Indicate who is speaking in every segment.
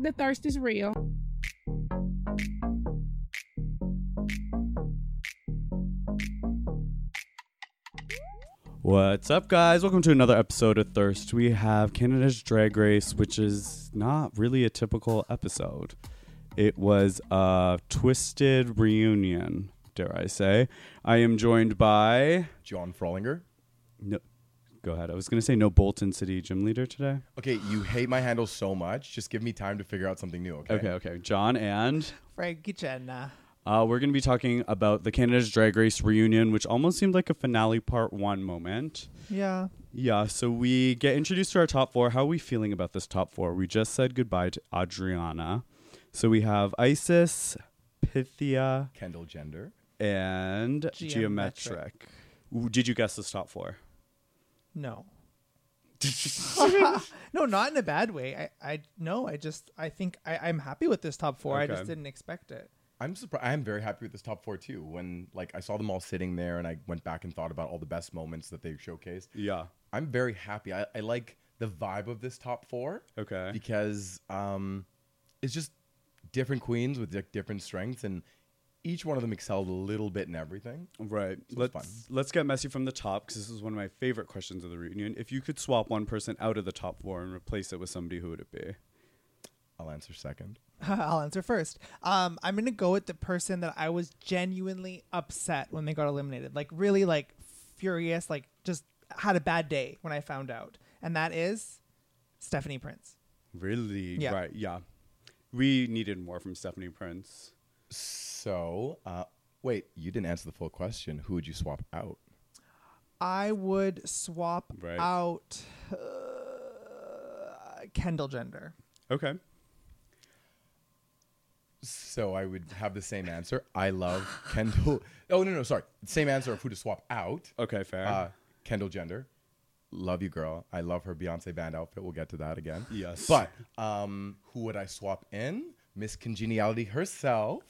Speaker 1: the thirst is real.
Speaker 2: What's up, guys? Welcome to another episode of Thirst. We have Canada's Drag Race, which is not really a typical episode. It was a twisted reunion, dare I say. I am joined by.
Speaker 3: John Frolinger.
Speaker 2: No, go ahead. I was going to say no Bolton City gym leader today.
Speaker 3: Okay, you hate my handle so much. Just give me time to figure out something new, okay?
Speaker 2: Okay, okay. John and.
Speaker 4: Frankie Jenna.
Speaker 2: Uh, we're going to be talking about the Canada's Drag Race reunion, which almost seemed like a finale part one moment.
Speaker 4: Yeah.
Speaker 2: Yeah, so we get introduced to our top four. How are we feeling about this top four? We just said goodbye to Adriana. So we have Isis, Pythia,
Speaker 3: Kendall Gender.
Speaker 2: and Geometric.
Speaker 4: Geometric.
Speaker 2: Ooh, Did you guess this top four?
Speaker 4: No. no, not in a bad way. I, I no, I just I think I, I'm happy with this top four. I
Speaker 2: Okay.
Speaker 4: just didn't expect it.
Speaker 3: I'm surprised. I'm very happy with this top four too. When like I saw them all sitting there, and I went back and thought about all the best moments that they showcased.
Speaker 2: Yeah.
Speaker 3: I'm very happy. I, I like the vibe of this top four
Speaker 2: Okay.
Speaker 3: because um, it's just different queens with di- different strengths, and each one of them excelled a little bit in everything.
Speaker 2: Right.
Speaker 3: So
Speaker 2: let's
Speaker 3: it's
Speaker 2: let's get messy from the top because this is one of my favorite questions of the reunion. If you could swap one person out of the top four and replace it with somebody, who would it be?
Speaker 3: I'll answer second.
Speaker 4: I'll answer first. Um, I'm gonna go with the person that I was genuinely upset when they got eliminated. Like really like furious, like just had a bad day when I found out. And that is Stephanie Prince.
Speaker 2: Really?
Speaker 4: Yeah.
Speaker 2: Right. Yeah. We needed more from Stephanie Prince.
Speaker 3: So, uh, wait, you didn't answer the full question. Who would you swap out?
Speaker 4: I would swap
Speaker 2: Right.
Speaker 4: out uh, Kendall Gender.
Speaker 2: Okay.
Speaker 3: So I would have the same answer. I love Kendall. Oh no, no, sorry. Same answer of who to swap out.
Speaker 2: Okay. Fair.
Speaker 3: Uh, Kendall Gender. Love you, girl. I love her Beyonce band outfit. We'll get to that again.
Speaker 2: Yes.
Speaker 3: But um, who would I swap in? Miss Congeniality herself.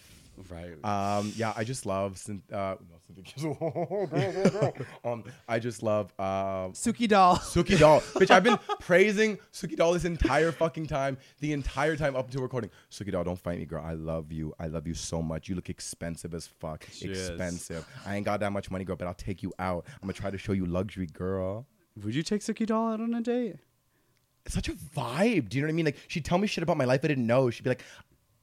Speaker 2: right.
Speaker 3: Um, yeah, I just love. Cyn- uh, no, Cynthia Kiss- um, I just love uh,
Speaker 4: Suki doll.
Speaker 3: Suki Doll. Bitch, I've been praising Suki Doll this entire fucking time, the entire time up until recording. Suki Doll, don't fight me, girl. I love you. I love you so much. You look expensive as fuck.
Speaker 2: is.
Speaker 3: Expensive. I ain't got that much money, girl, but I'll take you out. I'm gonna try to show you luxury, girl.
Speaker 2: Would you take Suki doll out on a date?
Speaker 3: It's such a vibe. Do you know what I mean? Like, she'd tell me shit about my life I didn't know. She'd be like,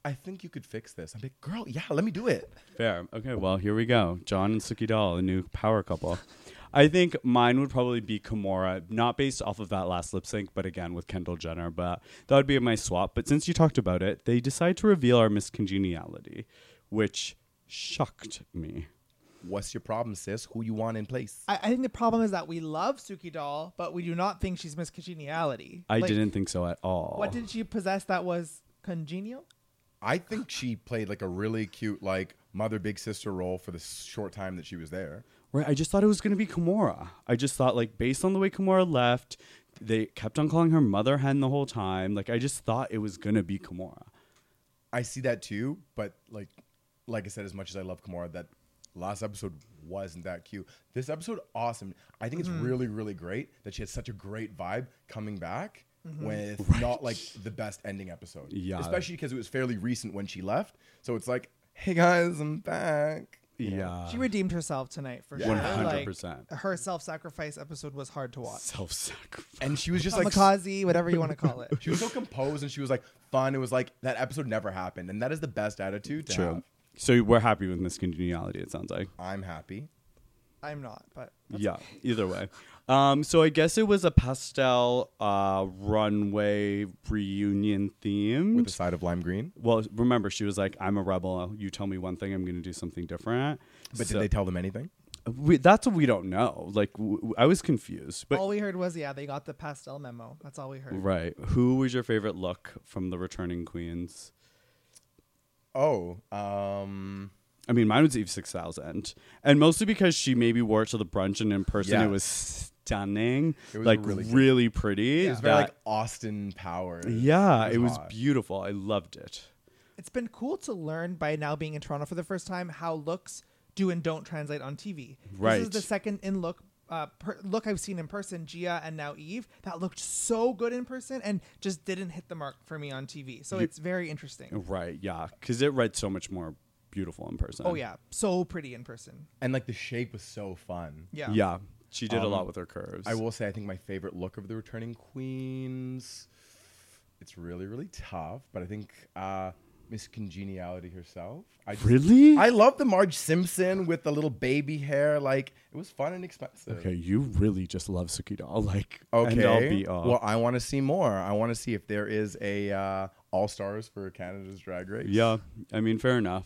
Speaker 3: I think you could fix this. I'm like, girl, yeah, let me do it.
Speaker 2: Fair. Okay. Well, here we go. John and Suki doll, a new power couple. I think mine would probably be Kimora, not based off of that last lip sync, but again with Kendall Jenner. But that would be my swap. But since you talked about it, they decide to reveal our miscongeniality, which shocked me.
Speaker 3: What's your problem, sis? Who you want in place?
Speaker 4: I, I think the problem is that we love Suki doll, but we do not think she's Miss Congeniality.
Speaker 2: I
Speaker 4: Like,
Speaker 2: didn't think so at all.
Speaker 4: What did she possess that was congenial?
Speaker 3: I think she played like a really cute, like, mother big sister role for the short time that she was there.
Speaker 2: Right. I just thought it was going to be Kimora. I just thought, like, based on the way Kimora left, they kept on calling her mother hen the whole time. Like, I just thought it was going to be Kimora.
Speaker 3: I see that too, but like, like I said, as much as I love Kamara, that last episode wasn't that cute. This episode, awesome. I think it's really, really great that she had such a great vibe coming back with not like the best ending episode.
Speaker 2: Yeah.
Speaker 3: especially because it was fairly recent when she left. So it's like, hey guys, I'm back.
Speaker 2: Yeah.
Speaker 4: she redeemed herself tonight for sure.
Speaker 2: 100%.
Speaker 4: Like, her self-sacrifice episode was hard to watch.
Speaker 2: Self sacrifice.
Speaker 3: And she was just like,
Speaker 4: Kamikaze, whatever you want to call it.
Speaker 3: she was so composed and she was like fun. It was like that episode never happened, and that is the best attitude. To have.
Speaker 2: So we're happy with miscongeniality, it sounds like.
Speaker 3: I'm happy.
Speaker 4: I'm not, but
Speaker 2: yeah. Either way. Um, so I guess it was a pastel uh, runway reunion themed.
Speaker 3: With the side of lime green,
Speaker 2: well, remember, she was like, I'm a rebel. You tell me one thing, I'm going to do something different.
Speaker 3: but
Speaker 2: So-
Speaker 3: did they tell them anything?
Speaker 2: we, that's what we don't know. Like, w- w- I was confused. But
Speaker 4: all we heard was yeah, they got the pastel memo. That's all we heard.
Speaker 2: Right. Who was your favorite look from the returning queens?
Speaker 3: Oh, um,
Speaker 2: I mean, mine was Eve 6000. And mostly because she maybe wore it to the brunch and in person
Speaker 3: Yeah.
Speaker 2: it was stunning.
Speaker 3: It was
Speaker 2: like really,
Speaker 3: really good.
Speaker 2: pretty.
Speaker 3: It was very like
Speaker 2: That-
Speaker 3: Austin Powers.
Speaker 2: yeah, it was
Speaker 3: hot.
Speaker 2: beautiful. I loved it.
Speaker 4: It's been cool to learn by now being in Toronto for the first time how looks do and don't translate on TV. This
Speaker 2: Right.
Speaker 4: is the second in look uh, per- look I've seen in person, Gia and now Eve, that looked so good in person and just didn't hit the mark for me on TV. So it's very interesting.
Speaker 2: Right, yeah, because it read so much more beautiful in person.
Speaker 4: Oh yeah, so pretty in person.
Speaker 3: and like the shape was so fun.
Speaker 4: Yeah.
Speaker 2: yeah. She did a
Speaker 3: Um,
Speaker 2: lot with her curves.
Speaker 3: I will say, I think my favorite look of the returning queens. It's really, really tough, but I think uh, Miss Congeniality herself. I just-
Speaker 2: really.
Speaker 3: I love the Marge Simpson with the little baby hair. Like it was fun and expensive.
Speaker 2: okay, you really just love Suki doll, like
Speaker 3: Okay.
Speaker 2: and I'll be off.
Speaker 3: well, I want to see more. I want to see if there is a uh, All Stars for Canada's Drag Race.
Speaker 2: Yeah, I mean, fair enough.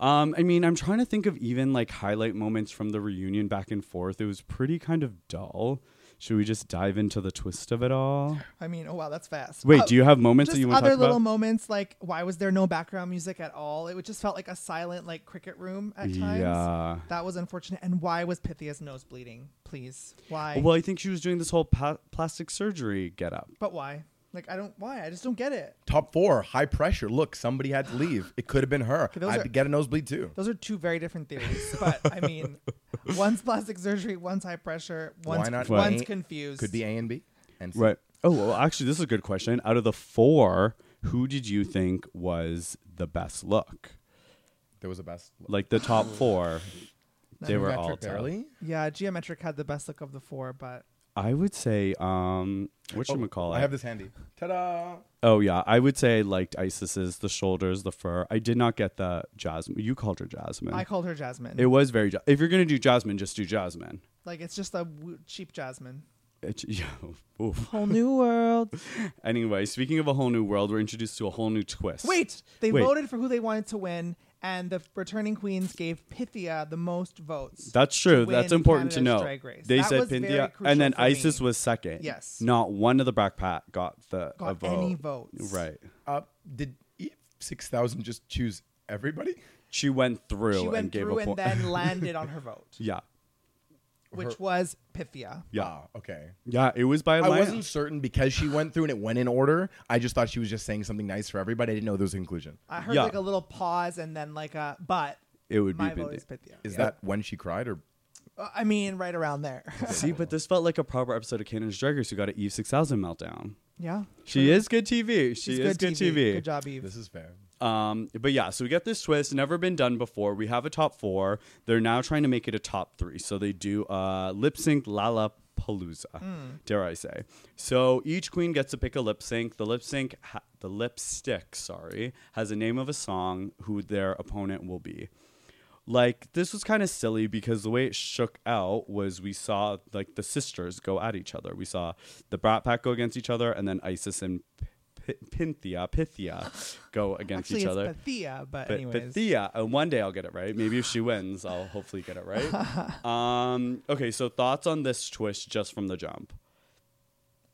Speaker 2: Um, I mean, I'm trying to think of even like highlight moments from the reunion back and forth. It was pretty kind of dull. Should we just dive into the twist of it all?
Speaker 4: I mean, oh wow, that's fast.
Speaker 2: Wait,
Speaker 4: Uh,
Speaker 2: do you have moments
Speaker 4: just
Speaker 2: that you want to
Speaker 4: other
Speaker 2: talk
Speaker 4: little
Speaker 2: about?
Speaker 4: moments like why was there no background music at all? It just felt like a silent like cricket room at times.
Speaker 2: Yeah.
Speaker 4: That was unfortunate. And why was Pythia's nose bleeding? Please, why?
Speaker 2: Well, I think she was doing this whole pa- plastic surgery getup.
Speaker 4: but why? Like I don't why I just don't get it.
Speaker 3: Top four, high pressure. Look, somebody had to leave. It could have been her.
Speaker 4: those
Speaker 3: I'd
Speaker 4: are-
Speaker 3: get a nosebleed too.
Speaker 4: Those are two very different theories, but I mean, one's plastic surgery, one's high pressure, one's
Speaker 3: Why not?
Speaker 4: one's
Speaker 3: A-
Speaker 4: confused.
Speaker 3: Could be A and B. And C.
Speaker 2: Right. Oh, well, actually, this is a good question. Out of the four, who did you think was the best look?
Speaker 3: There was a best.
Speaker 2: Like the top four, they were all
Speaker 3: Patrick
Speaker 2: tough.
Speaker 3: Barely?
Speaker 4: Yeah, geometric had the best look of the four, but
Speaker 2: I would say, um, what should we call it?
Speaker 3: I have this handy. Ta-da!
Speaker 2: Oh yeah, I would say I liked Isis's the shoulders, the fur. I did not get the Jasmine. You called her Jasmine.
Speaker 4: I called her Jasmine.
Speaker 2: it was very. Ja- If you're gonna do Jasmine, just do Jasmine.
Speaker 4: like it's just a w- cheap Jasmine.
Speaker 2: It, yeah, oof.
Speaker 4: Whole new world.
Speaker 2: Anyway, speaking of a whole new world, we're introduced to a whole new twist.
Speaker 4: Wait, they
Speaker 2: Wait.
Speaker 4: voted for who they wanted to win, and the returning queens gave Pythia the most votes.
Speaker 2: That's true.
Speaker 4: to
Speaker 2: That's
Speaker 4: win
Speaker 2: important to
Speaker 4: Canada's
Speaker 2: know.
Speaker 4: Drag Race.
Speaker 2: They
Speaker 4: That
Speaker 2: said
Speaker 4: was very
Speaker 2: Pinthia,
Speaker 4: crucial
Speaker 2: and then
Speaker 4: for me.
Speaker 2: Isis was second.
Speaker 4: Yes.
Speaker 2: Not one of the backpack got the a
Speaker 4: Got
Speaker 2: vote.
Speaker 4: any votes.
Speaker 2: Right.
Speaker 3: Uh, did Eve six thousand just choose everybody?
Speaker 2: She went through
Speaker 4: She
Speaker 2: and
Speaker 4: went
Speaker 2: gave
Speaker 4: through
Speaker 2: a
Speaker 4: and
Speaker 2: point.
Speaker 4: then landed on her vote,
Speaker 2: yeah.
Speaker 4: which was Pythia.
Speaker 2: Yeah.
Speaker 3: Ah, okay.
Speaker 2: Yeah. It was by. a
Speaker 3: I
Speaker 2: line-
Speaker 3: wasn't certain because she went through and it went in order. I just thought she was just saying something nice for everybody. I didn't know there was a conclusion.
Speaker 4: I heard
Speaker 2: Yeah.
Speaker 4: like a little pause and then like a but.
Speaker 2: It would be
Speaker 4: my vote
Speaker 2: Pinthia.
Speaker 4: is Pythia.
Speaker 3: Is
Speaker 4: Yeah.
Speaker 3: that when she cried or?
Speaker 4: Uh, I mean, right around there.
Speaker 2: See, but this felt like a proper episode of Canaan's Drag Race who got an Eve 6000 meltdown.
Speaker 4: yeah,
Speaker 2: She is good TV. She
Speaker 4: She's
Speaker 2: is good TV.
Speaker 4: Good job, Eve.
Speaker 3: This is fair.
Speaker 2: Um, but yeah, so we get this twist, never been done before. We have a top four. They're now trying to make it a top three. So they do uh, lip sync Lollapalooza,
Speaker 4: Hmm.
Speaker 2: dare I say. So each queen gets to pick a lip sync. The lip sync, ha- the lipstick, sorry, has a name of a song who their opponent will be. Like this was kind of silly because the way it shook out was we saw like the sisters go at each other. We saw the Brat Pack go against each other, and then Isis and P- Pinthia, Pythia, go against
Speaker 4: Actually,
Speaker 2: each
Speaker 4: it's
Speaker 2: other.
Speaker 4: Pythia, but,
Speaker 2: But,
Speaker 4: anyways,
Speaker 2: but Thea, and one day I'll get it right. Maybe if she wins, I'll hopefully get it right. um, okay, so thoughts on this twist just from the jump?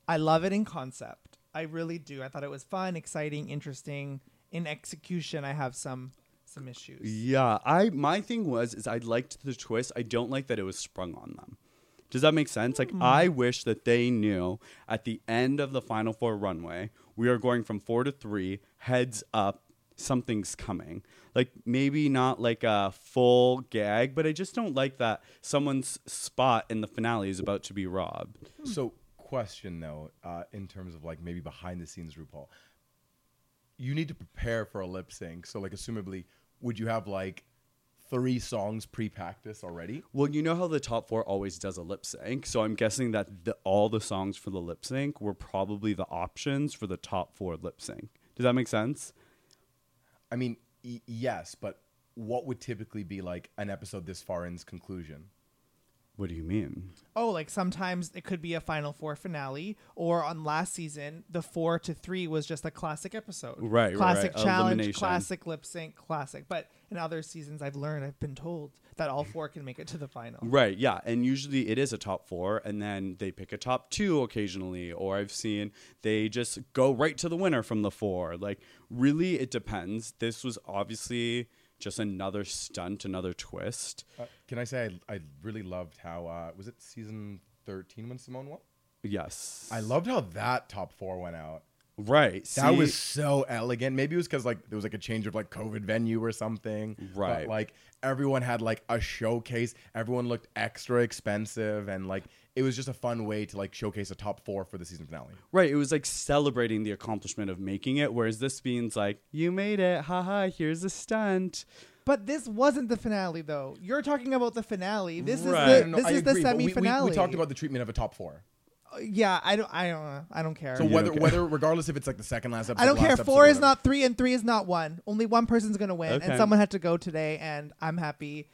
Speaker 4: I love it in concept. I really do. I thought it was fun, exciting, interesting. In execution, I have some some issues.
Speaker 2: Yeah, I my thing was is I liked the twist. I don't like that it was sprung on them. Does that make sense? Like I wish that they knew at the end of the final four runway, we are going from 4 to 3, heads up, something's coming. Like maybe not like a full gag, but I just don't like that someone's spot in the finale is about to be robbed.
Speaker 3: So, question though, uh, in terms of like maybe behind the scenes, RuPaul, you need to prepare for a lip sync. So, like, assumably, would you have like three songs pre practice already?
Speaker 2: Well, you know how the top four always does a lip sync, so I'm guessing that the, all the songs for the lip sync were probably the options for the top four lip sync. Does that make sense?
Speaker 3: I mean, y- yes, but what would typically be like an episode this far in's conclusion?
Speaker 2: What do you mean?
Speaker 4: Oh, like sometimes it could be a final four finale, or on last season, the four to three was just a classic episode.
Speaker 2: Right, right,
Speaker 4: Classic
Speaker 2: right.
Speaker 4: challenge,
Speaker 2: Elimination.
Speaker 4: classic lip sync, classic. But in other seasons, I've learned, I've been told that all four can make it to the final.
Speaker 2: Right, yeah, and usually it is a top four, and then they pick a top two occasionally, or I've seen they just go right to the winner from the four. Like, really, it depends. This was obviously just another stunt, another twist.
Speaker 3: Uh, can I say I, I really loved how uh, was it season thirteen when Simone won?
Speaker 2: Yes.
Speaker 3: I loved how that top four went out.
Speaker 2: Right.
Speaker 3: That
Speaker 2: see?
Speaker 3: was so elegant. Maybe it was because like there was like a change of like COVID venue or something.
Speaker 2: Right.
Speaker 3: But, like everyone had like a showcase. Everyone looked extra expensive, and like it was just a fun way to like showcase a top four for the season finale.
Speaker 2: Right, it was like celebrating the accomplishment of making it, whereas this means like, you made it, haha, here's a stunt.
Speaker 4: But this wasn't the finale, though. You're talking about the finale. This
Speaker 3: Uh,
Speaker 2: Right.
Speaker 4: is the, this is the
Speaker 3: but we-
Speaker 4: semi finale.
Speaker 3: We, we, talked about the treatment of a top four.
Speaker 4: Yeah, I don't. I don't. know. I don't care.
Speaker 3: So whether
Speaker 2: don't care.
Speaker 3: whether regardless if it's like the second last episode,
Speaker 4: I don't
Speaker 3: last
Speaker 4: care.
Speaker 3: episode,
Speaker 4: Four is
Speaker 3: whatever.
Speaker 4: not three, and three is not one. Only one person's gonna win,
Speaker 2: Okay.
Speaker 4: and someone had to go today, and I'm happy.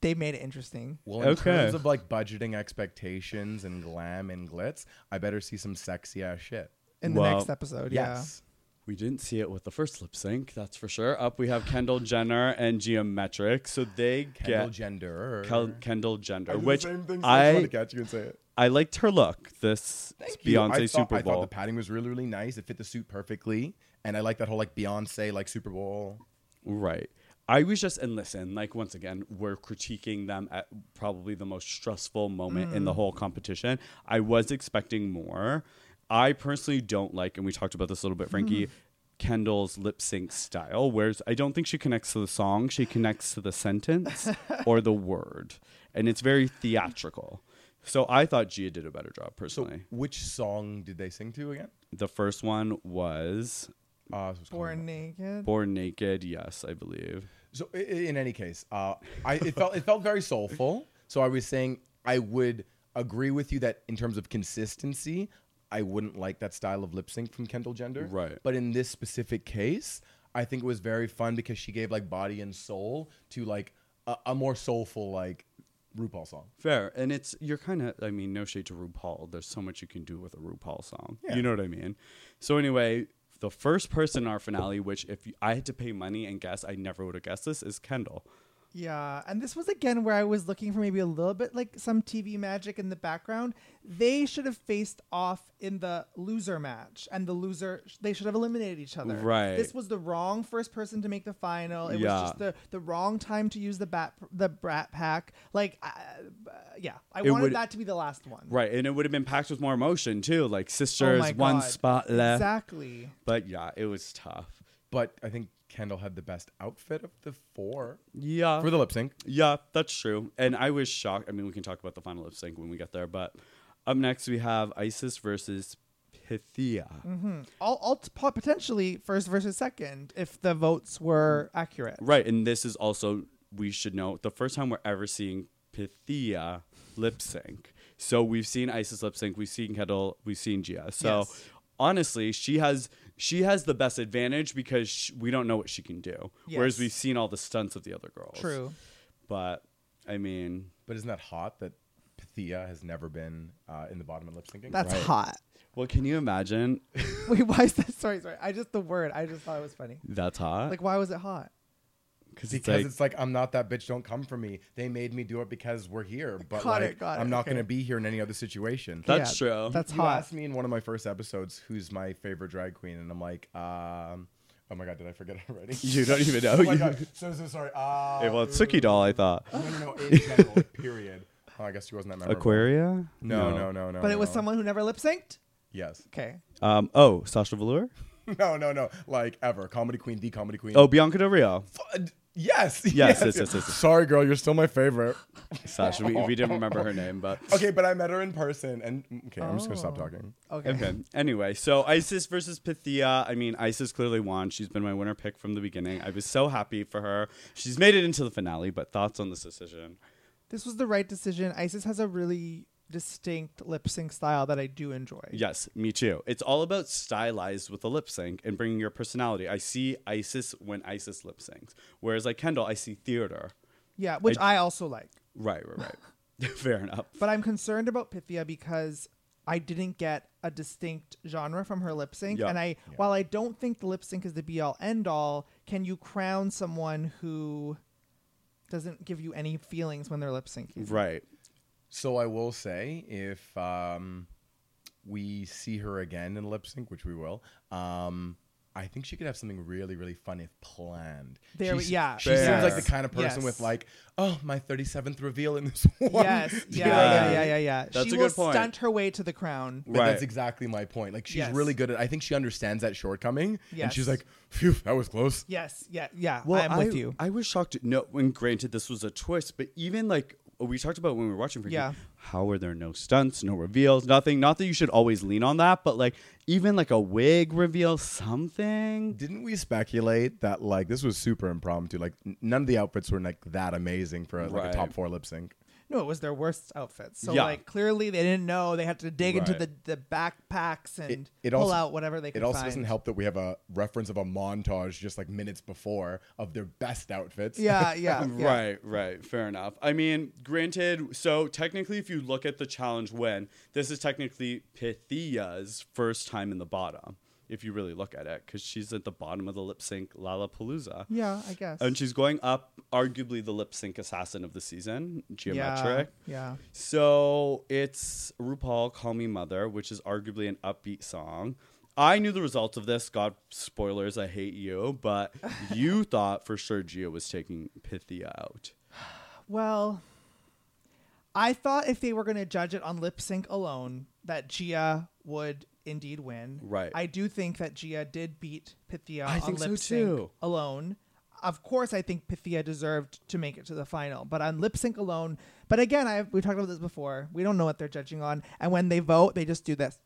Speaker 4: They made it interesting.
Speaker 3: Well, in
Speaker 2: Okay.
Speaker 3: terms of like budgeting expectations and glam and glitz, I better see some sexy ass shit.
Speaker 4: in the
Speaker 2: Well,
Speaker 4: next episode.
Speaker 3: Yes.
Speaker 2: We didn't see it with the first lip sync, that's for sure. Up we have Kendall Jenner and Geometric, so they
Speaker 3: Kendall
Speaker 2: get
Speaker 3: gender.
Speaker 2: Kel- Kendall Jenner,
Speaker 3: I did the
Speaker 2: which
Speaker 3: same thing, so I just wanted
Speaker 2: I
Speaker 3: to catch you and say it.
Speaker 2: I liked her look. This
Speaker 3: you. I
Speaker 2: Beyonce
Speaker 3: thought-
Speaker 2: Super
Speaker 3: I thought
Speaker 2: Bowl.
Speaker 3: the padding was really, really nice. It fit the suit perfectly, and I like that whole like Beyonce like Super Bowl.
Speaker 2: Right. I was just and listen, like once again, we're critiquing them at probably the most stressful moment in the whole competition. I was expecting more. I personally don't like, and we talked about this a little bit, Frankie, Kendall's lip sync style, whereas I don't think she connects to the song. She connects to the sentence or the word. And it's very theatrical. So I thought Gia did a better job
Speaker 3: So,
Speaker 2: personally.
Speaker 3: which song did they sing to again?
Speaker 2: the first one was
Speaker 3: Uh, so it's
Speaker 4: Yeah.
Speaker 3: called-
Speaker 4: Born naked.
Speaker 2: Born Naked, yes, I believe.
Speaker 3: So i- i- in any case, uh, I it felt it felt very soulful. So I was saying I would agree with you that in terms of consistency, I wouldn't like that style of lip sync from Kendall Jenner.
Speaker 2: Right.
Speaker 3: But in this specific case, I think it was very fun because she gave like body and soul to like a, a more soulful like RuPaul song.
Speaker 2: Fair. And it's, you're kind of, I mean, no shade to RuPaul. There's so much you can do with a RuPaul song.
Speaker 3: Yeah.
Speaker 2: You know what I mean? So, anyway, the first person in our finale, which if you- I had to pay money and guess, I never would have guessed this, is Kendall.
Speaker 4: Yeah, and this was again where I was looking for maybe a little bit like some TV magic in the background. They should have faced off in the loser match, and the loser they should have eliminated each other.
Speaker 2: Right.
Speaker 4: This was the wrong first person to make the final. It
Speaker 2: Yeah.
Speaker 4: was just the the wrong time to use the bat the brat pack. Like, uh, uh, yeah, I
Speaker 2: It
Speaker 4: wanted
Speaker 2: would-
Speaker 4: that to be the last one.
Speaker 2: Right. And it would have been packed with more emotion, too. Like,
Speaker 4: Oh
Speaker 2: sisters,
Speaker 4: my
Speaker 2: one
Speaker 4: God.
Speaker 2: spot left.
Speaker 4: Exactly.
Speaker 2: But yeah, it was tough.
Speaker 3: But I think Kendall had the best outfit of the four
Speaker 2: Yeah.
Speaker 3: for the lip sync.
Speaker 2: Yeah, that's true. And I was shocked. I mean, we can talk about the final lip sync when we get there. But up next, we have Isis versus
Speaker 3: Mm.
Speaker 2: Pythia.
Speaker 4: Mm-hmm. all, all t- po- potentially first versus second if the votes were accurate.
Speaker 2: Right, and this is also we should note the first time we're ever seeing Pythia lip sync. So we've seen Isis lip sync, we've seen Kettle, we've seen Gia. So
Speaker 4: Yes.
Speaker 2: honestly, she has she has the best advantage because sh we don't know what she can do. Whereas
Speaker 4: Yes.
Speaker 2: we've seen all the stunts of the other girls.
Speaker 4: True.
Speaker 2: But I mean,
Speaker 3: But isn't that hot that Pythia has never been uh, in the bottom of lip syncing?
Speaker 4: That's
Speaker 2: Right.
Speaker 4: hot.
Speaker 2: well, can you imagine?
Speaker 4: Wait, why is that? Sorry, sorry. I just the word. I just thought it was funny.
Speaker 2: That's hot.
Speaker 4: Like, why was it hot?
Speaker 2: it's
Speaker 3: because
Speaker 2: like-
Speaker 3: it's like I'm not that bitch. Don't come for me. They made me do it because we're here. But like,
Speaker 4: Got it, got it,
Speaker 3: I'm not
Speaker 4: okay.
Speaker 3: gonna be here in any other situation.
Speaker 2: That- That's true.
Speaker 4: That's
Speaker 3: you
Speaker 4: hot.
Speaker 3: asked me in one of my first episodes who's my favorite drag queen, and I'm like, um, oh my god, did I forget already?
Speaker 2: you don't even know.
Speaker 3: oh my god, so so sorry. Uh,
Speaker 2: Hey, well, it's Suki doll. I thought
Speaker 4: Oh.
Speaker 3: no, no, no, in general, period. Oh, I guess she wasn't that memorable.
Speaker 2: Aquaria.
Speaker 3: No, no, no, no.
Speaker 4: But
Speaker 2: Oh.
Speaker 4: it was
Speaker 3: no.
Speaker 4: someone who never lip synced.
Speaker 3: Yes.
Speaker 4: Okay.
Speaker 2: Um, oh, Sasha Velour.
Speaker 3: No, no, no. Like ever, comedy queen, the comedy queen.
Speaker 2: Oh, Bianca Del Rio.
Speaker 3: F- uh, yes, yes,
Speaker 2: yes, yes, yes.
Speaker 3: Sorry, girl, you're still my favorite.
Speaker 2: Sasha. We, we didn't remember her name, but
Speaker 3: Okay, but I met her in person, and okay, I'm just gonna stop
Speaker 4: Oh.
Speaker 3: talking.
Speaker 4: Okay.
Speaker 2: Okay. Anyway, so Isis versus Pythia. I mean, Isis clearly won. She's been my winner pick from the beginning. I was so happy for her. She's made it into the finale, but thoughts on this decision?
Speaker 4: This was the right decision. Isis has a really distinct lip sync style that I do enjoy.
Speaker 2: Yes, me too. It's all about stylized with a lip sync and bringing your personality. I see Isis when Isis lip syncs, whereas like Kendall, I see theater.
Speaker 4: Yeah, which I also like.
Speaker 2: Right, right, right. Fair enough.
Speaker 4: But I'm concerned about Pythia because I didn't get a distinct genre from her lip sync.
Speaker 2: Yeah.
Speaker 4: And I while I don't think the lip sync is the be all end all, can you crown someone who doesn't give you any feelings when they're lip syncing?
Speaker 2: Right.
Speaker 3: So I will say, if um, we see her again in lip sync, which we will, um, I think she could have something really, really fun if planned.
Speaker 4: There
Speaker 3: She
Speaker 4: we-
Speaker 3: s-
Speaker 4: yeah,
Speaker 3: She seems like
Speaker 2: Fair.
Speaker 3: the kind of person
Speaker 4: Yes.
Speaker 3: with like, oh, my thirty seventh reveal in this one.
Speaker 4: Yes.
Speaker 3: Do you
Speaker 4: Yeah.
Speaker 3: know what I
Speaker 4: Yeah.
Speaker 3: mean?
Speaker 4: Yeah. Yeah. yeah.
Speaker 2: That's
Speaker 4: she
Speaker 2: a
Speaker 4: will
Speaker 2: good point.
Speaker 4: stunt her way to the crown.
Speaker 3: But
Speaker 2: Right.
Speaker 3: That's exactly my point. Like she's
Speaker 4: Yes.
Speaker 3: really good at. I think she understands that shortcoming, and
Speaker 4: Yes.
Speaker 3: she's like, "Phew, that was close."
Speaker 4: Yes. Yeah. Yeah.
Speaker 2: Well,
Speaker 4: I'm with you.
Speaker 2: I was shocked. No, and granted, this was a twist, but even like we talked about when we were watching Freaky,
Speaker 4: Yeah.
Speaker 2: how were there no stunts, no reveals, nothing? Not that you should always lean on that, but like even like a wig reveal, something.
Speaker 3: Didn't we speculate that like this was super impromptu? Like n- none of the outfits were like that amazing for a, like
Speaker 2: Right.
Speaker 3: a top four lip sync.
Speaker 4: no, it was their worst outfits. So
Speaker 2: Yeah.
Speaker 4: like clearly they didn't know they had to dig into the,
Speaker 2: Right.
Speaker 4: the backpacks and
Speaker 3: it
Speaker 4: pull
Speaker 3: also-
Speaker 4: out whatever they could
Speaker 3: It also
Speaker 4: find.
Speaker 3: doesn't help that we have a reference of a montage just like minutes before of their best outfits.
Speaker 4: Yeah. Yeah. yeah.
Speaker 2: Right, right. Fair enough. I mean, granted, so technically, if you look at the challenge win, this is technically Pythia's first time in the bottom, if you really look at it, because she's at the bottom of the lip sync Lollapalooza.
Speaker 4: Yeah. I guess.
Speaker 2: And she's going up, arguably the lip sync assassin of the season, Geometric.
Speaker 4: Yeah.
Speaker 2: So it's RuPaul Call Me Mother, which is arguably an upbeat song. I knew the results of this. God, spoilers, I hate you. But you thought for sure Gia was taking Pythia out.
Speaker 4: yeah. Well, I thought if they were going to judge it on lip sync alone, that Gia would indeed win.
Speaker 2: Right.
Speaker 4: I do think that Gia did beat Pythia
Speaker 2: I
Speaker 4: on
Speaker 2: think so,
Speaker 4: lip sync
Speaker 2: too.
Speaker 4: alone. Of course, I think Pythia deserved to make it to the final, but on lip sync alone. But again, I we've talked about this before. We don't know what they're judging on, and when they vote, they just do this.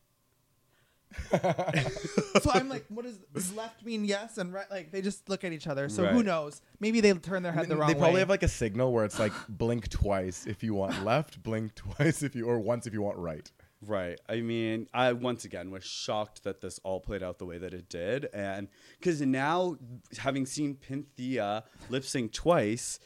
Speaker 4: so I'm like, what is, does left mean yes and right? Like they just look at each other. So who
Speaker 2: Right.
Speaker 4: knows? Maybe they turn their head the wrong
Speaker 3: they probably
Speaker 4: way.
Speaker 3: have like a signal where it's like blink twice if you want left, blink twice if you or once if you want right.
Speaker 2: Right. I mean, I once again was shocked that this all played out the way that it did. And because now, having seen Pinthea lip sync twice,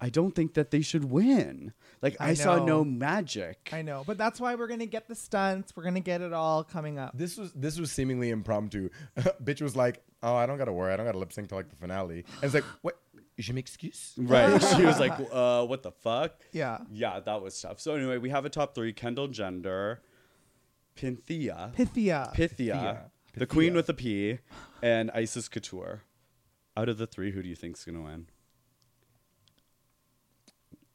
Speaker 2: I don't think that they should win. Like, I,
Speaker 4: I
Speaker 2: saw
Speaker 4: know.
Speaker 2: no magic.
Speaker 4: I know, but that's why we're gonna get the stunts. We're gonna get it all coming up.
Speaker 3: This was this was seemingly impromptu. Bitch was like, "Oh, I don't gotta worry. I don't gotta lip sync till like the finale." And it's like, "What? Je m'excuse."
Speaker 2: Right. she was like, uh, what the fuck?
Speaker 4: Yeah.
Speaker 2: Yeah, that was tough. So anyway, we have a top three: Kendall Gender, Pinthea,
Speaker 4: Pythia.
Speaker 2: Pythia,
Speaker 3: Pythia.
Speaker 2: the Queen with a P, and Isis Couture. Out of the three, who do you think's gonna win?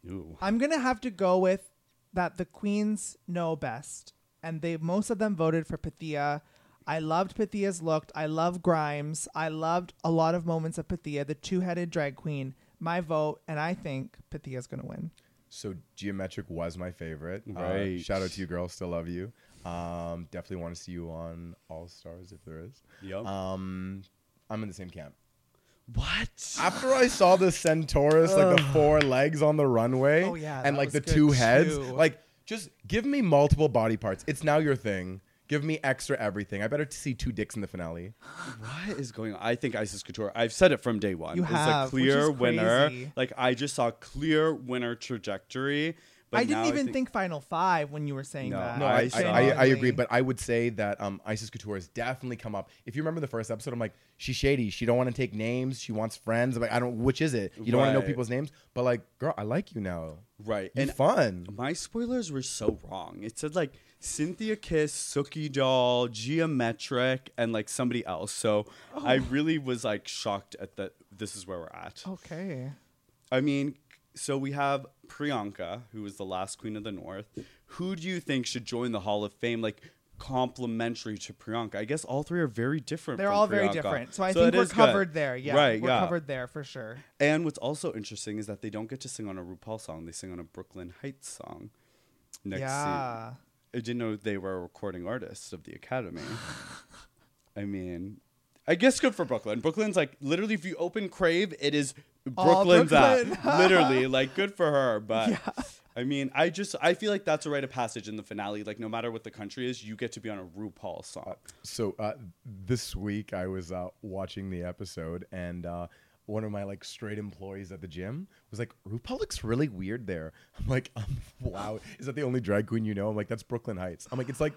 Speaker 2: Ooh.
Speaker 4: I'm gonna have to go with that. The queens know best, and they most of them voted for Pythia. I loved Pythia's look. I love Grimes. I loved a lot of moments of Pythia, the two-headed drag queen. My vote, and I think Pythia's gonna win.
Speaker 3: So geometric was my favorite. Uh,
Speaker 2: Right.
Speaker 3: shout out to you, girl. Still love you. Um, definitely want to see you on All Stars if there is.
Speaker 2: Yup.
Speaker 3: Um, I'm in the same camp.
Speaker 2: what?
Speaker 3: After I saw the Centaurus, like the four legs on the runway,
Speaker 4: Oh, yeah,
Speaker 3: and
Speaker 4: that
Speaker 3: like
Speaker 4: was
Speaker 3: the
Speaker 4: good
Speaker 3: two heads,
Speaker 4: too.
Speaker 3: like just give me multiple body parts. It's now your thing. Give me extra everything. I better see two dicks in the finale.
Speaker 2: What is going on? I think Isis Couture. I've said it from day one.
Speaker 4: You
Speaker 2: it's
Speaker 4: have,
Speaker 2: a
Speaker 4: which
Speaker 2: clear
Speaker 4: is
Speaker 2: winner.
Speaker 4: crazy.
Speaker 2: Like I just saw clear winner trajectory. But
Speaker 4: I didn't
Speaker 2: now
Speaker 4: even
Speaker 2: think-
Speaker 4: think Final Five when you were saying
Speaker 2: No,
Speaker 4: that.
Speaker 2: no,
Speaker 3: I, I,
Speaker 2: saw-
Speaker 3: I, I agree,
Speaker 4: Genuinely.
Speaker 3: but I would say that um, Isis Couture has definitely come up. If you remember the first episode, I'm like, she's shady. She don't want to take names. She wants friends. I'm like, I don't. Which is it? You don't want to know
Speaker 2: Right.
Speaker 3: people's names, but like, girl, I like you now.
Speaker 2: Right.
Speaker 3: You
Speaker 2: And
Speaker 3: fun.
Speaker 2: My spoilers were so wrong. It said like Cynthia Kiss, Sookie Doll, Geometric, and like somebody else. So I
Speaker 4: Oh.
Speaker 2: really was like shocked at that. This is where we're at.
Speaker 4: okay.
Speaker 2: I mean, so we have Priyanka, who was the last queen of the north. Who do you think should join the Hall of Fame? Like complimentary to Priyanka. I guess all three are very different.
Speaker 4: They're
Speaker 2: from
Speaker 4: all very
Speaker 2: Priyanka.
Speaker 4: different. So I
Speaker 2: that
Speaker 4: think we're
Speaker 2: is good.
Speaker 4: covered there. Yeah.
Speaker 2: Right.
Speaker 4: We're
Speaker 2: yeah.
Speaker 4: covered there for sure.
Speaker 2: And what's also interesting is that they don't get to sing on a RuPaul song. They sing on a Brooklyn Heights song. Next season.
Speaker 4: yeah.
Speaker 2: I didn't know they were a recording artist of the Academy. I mean, I guess good for Brooklyn. Brooklyn's like literally, if you open Crave, it is
Speaker 4: All
Speaker 2: Brooklyn's
Speaker 4: Brooklyn.
Speaker 2: that literally like good for her. But I mean, I just I feel like that's a rite of passage in the finale. Like no matter what the country is, you get to be on a RuPaul song.
Speaker 3: So uh, this week I was uh, watching the episode, and uh, one of my like straight employees at the gym was like, "RuPaul looks really weird there." I'm like, um, "Wow, is that the only drag queen you know?" I'm like, "That's Brooklyn Heights." I'm like, "It's like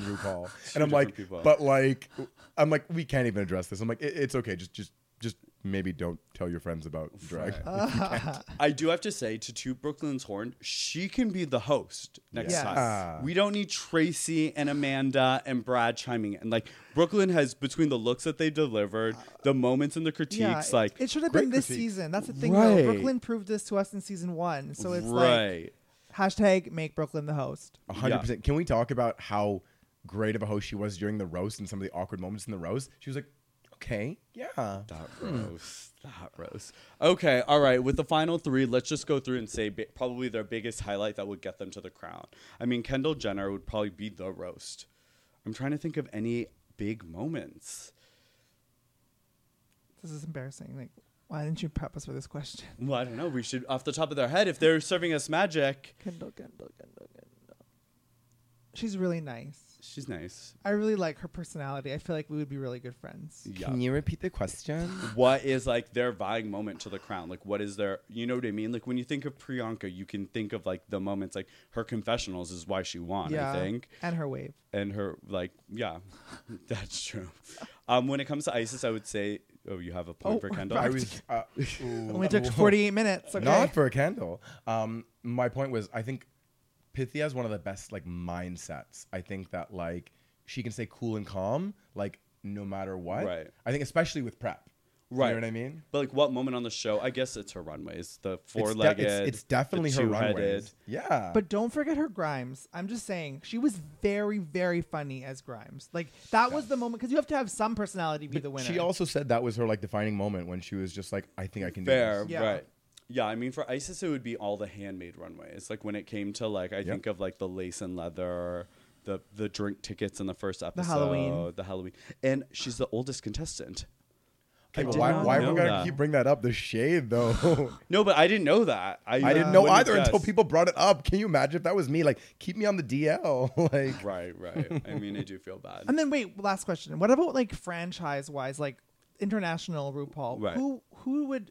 Speaker 3: RuPaul," and I'm
Speaker 2: different
Speaker 3: like,
Speaker 2: people.
Speaker 3: "But like, I'm like, we can't even address this." I'm like, "It- "It's okay, just just just maybe don't tell your friends about drag.
Speaker 2: I do have to say to Two Brooklyn's Horn, she can be the host next
Speaker 4: Yes.
Speaker 2: time.
Speaker 3: Ah.
Speaker 2: We don't need Tracy and Amanda and Brad chiming in. Like Brooklyn has between the looks that they delivered, the moments and the critiques,
Speaker 4: yeah, it-
Speaker 2: like
Speaker 4: it, should have been
Speaker 3: great
Speaker 4: this
Speaker 3: critique.
Speaker 4: season. That's the thing.
Speaker 2: Right.
Speaker 4: Though. Brooklyn proved this to us in season one, so it's
Speaker 2: right.
Speaker 4: like hashtag make Brooklyn the host.
Speaker 3: A hundred percent. Can we talk about how great of a host she was during the roast and some of the awkward moments in the roast? She was like, okay, yeah.
Speaker 2: That roast. That roast. Okay, all right. With the final three, let's just go through and say bi- probably their biggest highlight that would get them to the crown. I mean, Kendall Jenner would probably be the roast. I'm trying to think of any big moments.
Speaker 4: This is embarrassing. Like, why didn't you prep us for this question?
Speaker 2: Well, I don't know. We should, off the top of their head, if they're serving us magic,
Speaker 4: Kendall, Kendall, Kendall, Kendall. She's really nice.
Speaker 2: she's nice.
Speaker 4: I really like her personality. I feel like we would be really good friends.
Speaker 2: Yeah.
Speaker 3: you repeat the question?
Speaker 2: what is like their vying moment to the crown? Like, what is their, you know what I mean? Like, when you think of Priyanka, you can think of like the moments, like her confessionals is why she won,
Speaker 4: yeah,
Speaker 2: I think.
Speaker 4: and her wave.
Speaker 2: and her like yeah that's true um when it comes to isis i would say oh you have a point
Speaker 4: Oh,
Speaker 2: for kendall
Speaker 3: I was uh, ooh.
Speaker 4: Only took 48 minutes. Okay.
Speaker 3: Not for a candle. Um, my point was, I think Pythia has one of the best like mindsets. I think that like she can stay cool and calm, like no matter what.
Speaker 2: Right.
Speaker 3: I think especially with prep.
Speaker 2: Right.
Speaker 3: You know what I mean?
Speaker 2: but like what moment on the show i guess it's her runways the
Speaker 3: It's de-
Speaker 2: four-legged
Speaker 3: it's, it's definitely
Speaker 2: the
Speaker 3: her
Speaker 2: two-headed.
Speaker 3: runways. Yeah.
Speaker 4: But don't forget her Grimes. I'm just saying she was very, very funny as Grimes. Like that was the moment because you have to have some personality to be the winner.
Speaker 3: she also said that was her like defining moment when she was just like, I think I can
Speaker 2: fair
Speaker 3: do this.
Speaker 4: Yeah.
Speaker 2: right yeah i mean for isis it would be all the handmade runways like when it came to like i think of like the lace and leather the the drink tickets in the first episode
Speaker 4: Halloween.
Speaker 2: the halloween and she's the oldest contestant I
Speaker 3: Okay, but
Speaker 2: did
Speaker 3: why,
Speaker 2: not
Speaker 3: why
Speaker 2: know
Speaker 3: we gotta
Speaker 2: that.
Speaker 3: keep bringing that up? The shade though.
Speaker 2: no but i didn't know that i, uh,
Speaker 3: I didn't know
Speaker 2: wouldn't
Speaker 3: either until
Speaker 2: guess.
Speaker 3: people brought it up. Can you imagine if that was me? Like, keep me on the DL. like,
Speaker 2: right right i mean i do feel bad
Speaker 4: And then wait, last question. What about like franchise wise, like international RuPaul?
Speaker 2: Right.
Speaker 4: Who who would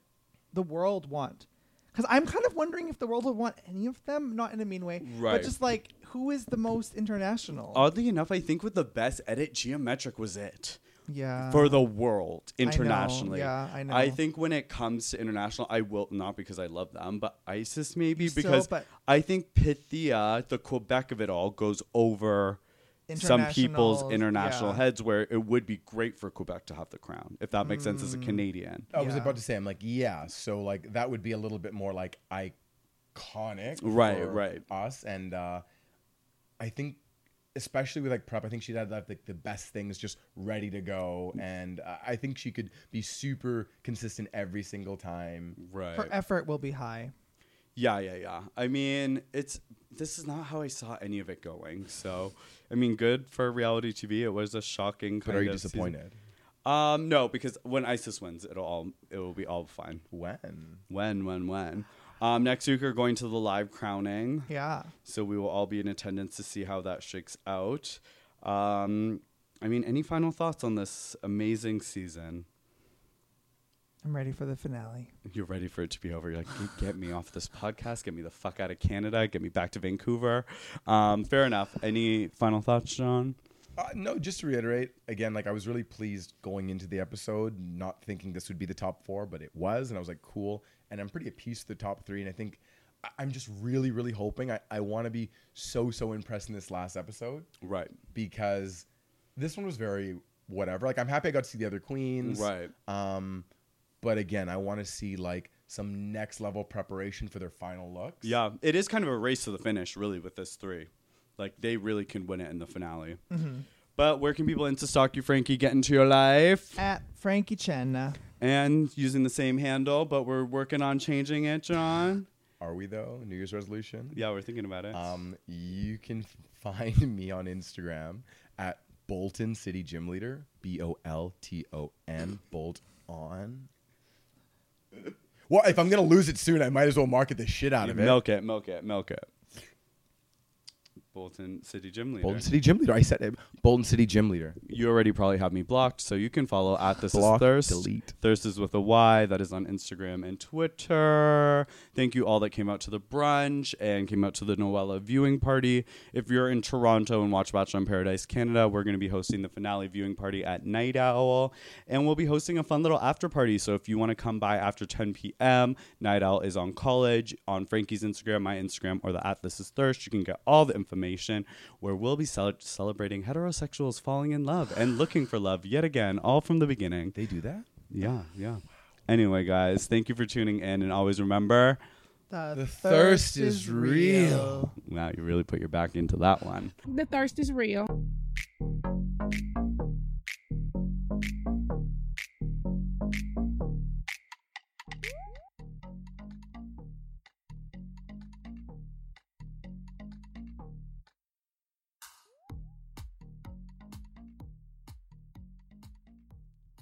Speaker 4: the world want? Because I'm kind of wondering if the world would want any of them, not in a mean way,
Speaker 2: Right.
Speaker 4: but just like who is the most international?
Speaker 2: Oddly enough, I think with the best edit, Geometric was it
Speaker 4: yeah,
Speaker 2: for the world internationally.
Speaker 4: yeah, I know.
Speaker 2: I think when it comes to international, I will not because I love them, but ISIS maybe
Speaker 4: You still-
Speaker 2: because
Speaker 4: but-
Speaker 2: I think Pythia, the Quebec of it all, goes over some people's
Speaker 4: Internationals,
Speaker 2: international
Speaker 4: yeah.
Speaker 2: heads where it would be great for Quebec to have the crown, if that makes sense as a Canadian.
Speaker 3: I was
Speaker 4: Yeah.
Speaker 3: about to say, I'm like, yeah. So like that would be a little bit more like iconic,
Speaker 2: Right,
Speaker 3: for
Speaker 2: right.
Speaker 3: Us and uh, I think, especially with like prep, I think she'd have like the best things just ready to go, and uh, I think she could be super consistent every single time.
Speaker 2: Right.
Speaker 4: her effort will be high.
Speaker 2: Yeah, yeah, yeah. I mean, it's this is not how I saw any of it going. So, I mean, good for reality TV. It was a shocking.
Speaker 3: But
Speaker 2: kind
Speaker 3: are you
Speaker 2: of season.
Speaker 3: disappointed?
Speaker 2: Um, no, because when ISIS wins, it'll all it will be all fine.
Speaker 3: When?
Speaker 2: When, when, when. Um, next week we're going to the live crowning,
Speaker 4: Yeah,
Speaker 2: so we will all be in attendance to see how that shakes out. Um, I mean, any final thoughts on this amazing season?
Speaker 4: I'm ready for the finale.
Speaker 2: You're ready for it to be over. You're like, "Get- get me off this podcast, get me the fuck out of Canada, get me back to Vancouver. Um, fair enough. Any final thoughts, John?
Speaker 3: Uh, no, just to reiterate again, like I was really pleased going into the episode, not thinking this would be the top four, but it was, and I was like, cool. And I'm pretty at peace with the top three, and I think I- I'm just really, really hoping I, I want to be so, so impressed in this last episode
Speaker 2: Right.
Speaker 3: because this one was very whatever. Like I'm happy I got to see the other queens,
Speaker 2: Right.
Speaker 3: Um, but again, I want to see like some next level preparation for their final looks.
Speaker 2: Yeah, it is kind of a race to the finish, really, with this three. Like they really can win it in the finale. But where can people insta stalk you, Frankie? Get into your life
Speaker 4: At Frankie Chen,
Speaker 2: and using the same handle, but we're working on changing it, John.
Speaker 3: Are we though? New Year's resolution?
Speaker 2: Yeah, we're thinking about it.
Speaker 3: Um, you can f- find me on Instagram at Bolton City Gym Leader, B O L T O N, Bolt on. Well, if I'm gonna lose it soon, I might as well market the shit out of it.
Speaker 2: milk it, milk it, milk it. Bolton City Gym Leader.
Speaker 3: Bolton City Gym Leader. I said it. Bolton City Gym Leader.
Speaker 2: you already probably have me blocked, so you can follow at this
Speaker 3: Block,
Speaker 2: is thirst.
Speaker 3: delete.
Speaker 2: Thirst is with a Y. That is on Instagram and Twitter. Thank you all that came out to the brunch and came out to the Noella viewing party. If you're in Toronto and watch Bachelor in Paradise Canada, we're going to be hosting the finale viewing party at Night Owl, and we'll be hosting a fun little after party. So if you want to come by after 10 p.m., Night Owl is on college on Frankie's Instagram, my Instagram, or the at this is thirst. You can get all the information where we'll be cel- celebrating heterosexuals falling in love and looking for love yet again, all from the beginning.
Speaker 3: They do that?
Speaker 2: Yeah, yeah. Anyway, guys, thank you for tuning in, and always remember.
Speaker 4: The,
Speaker 3: The thirst is real.
Speaker 2: Wow, you really put your back into that one.
Speaker 1: The thirst is real.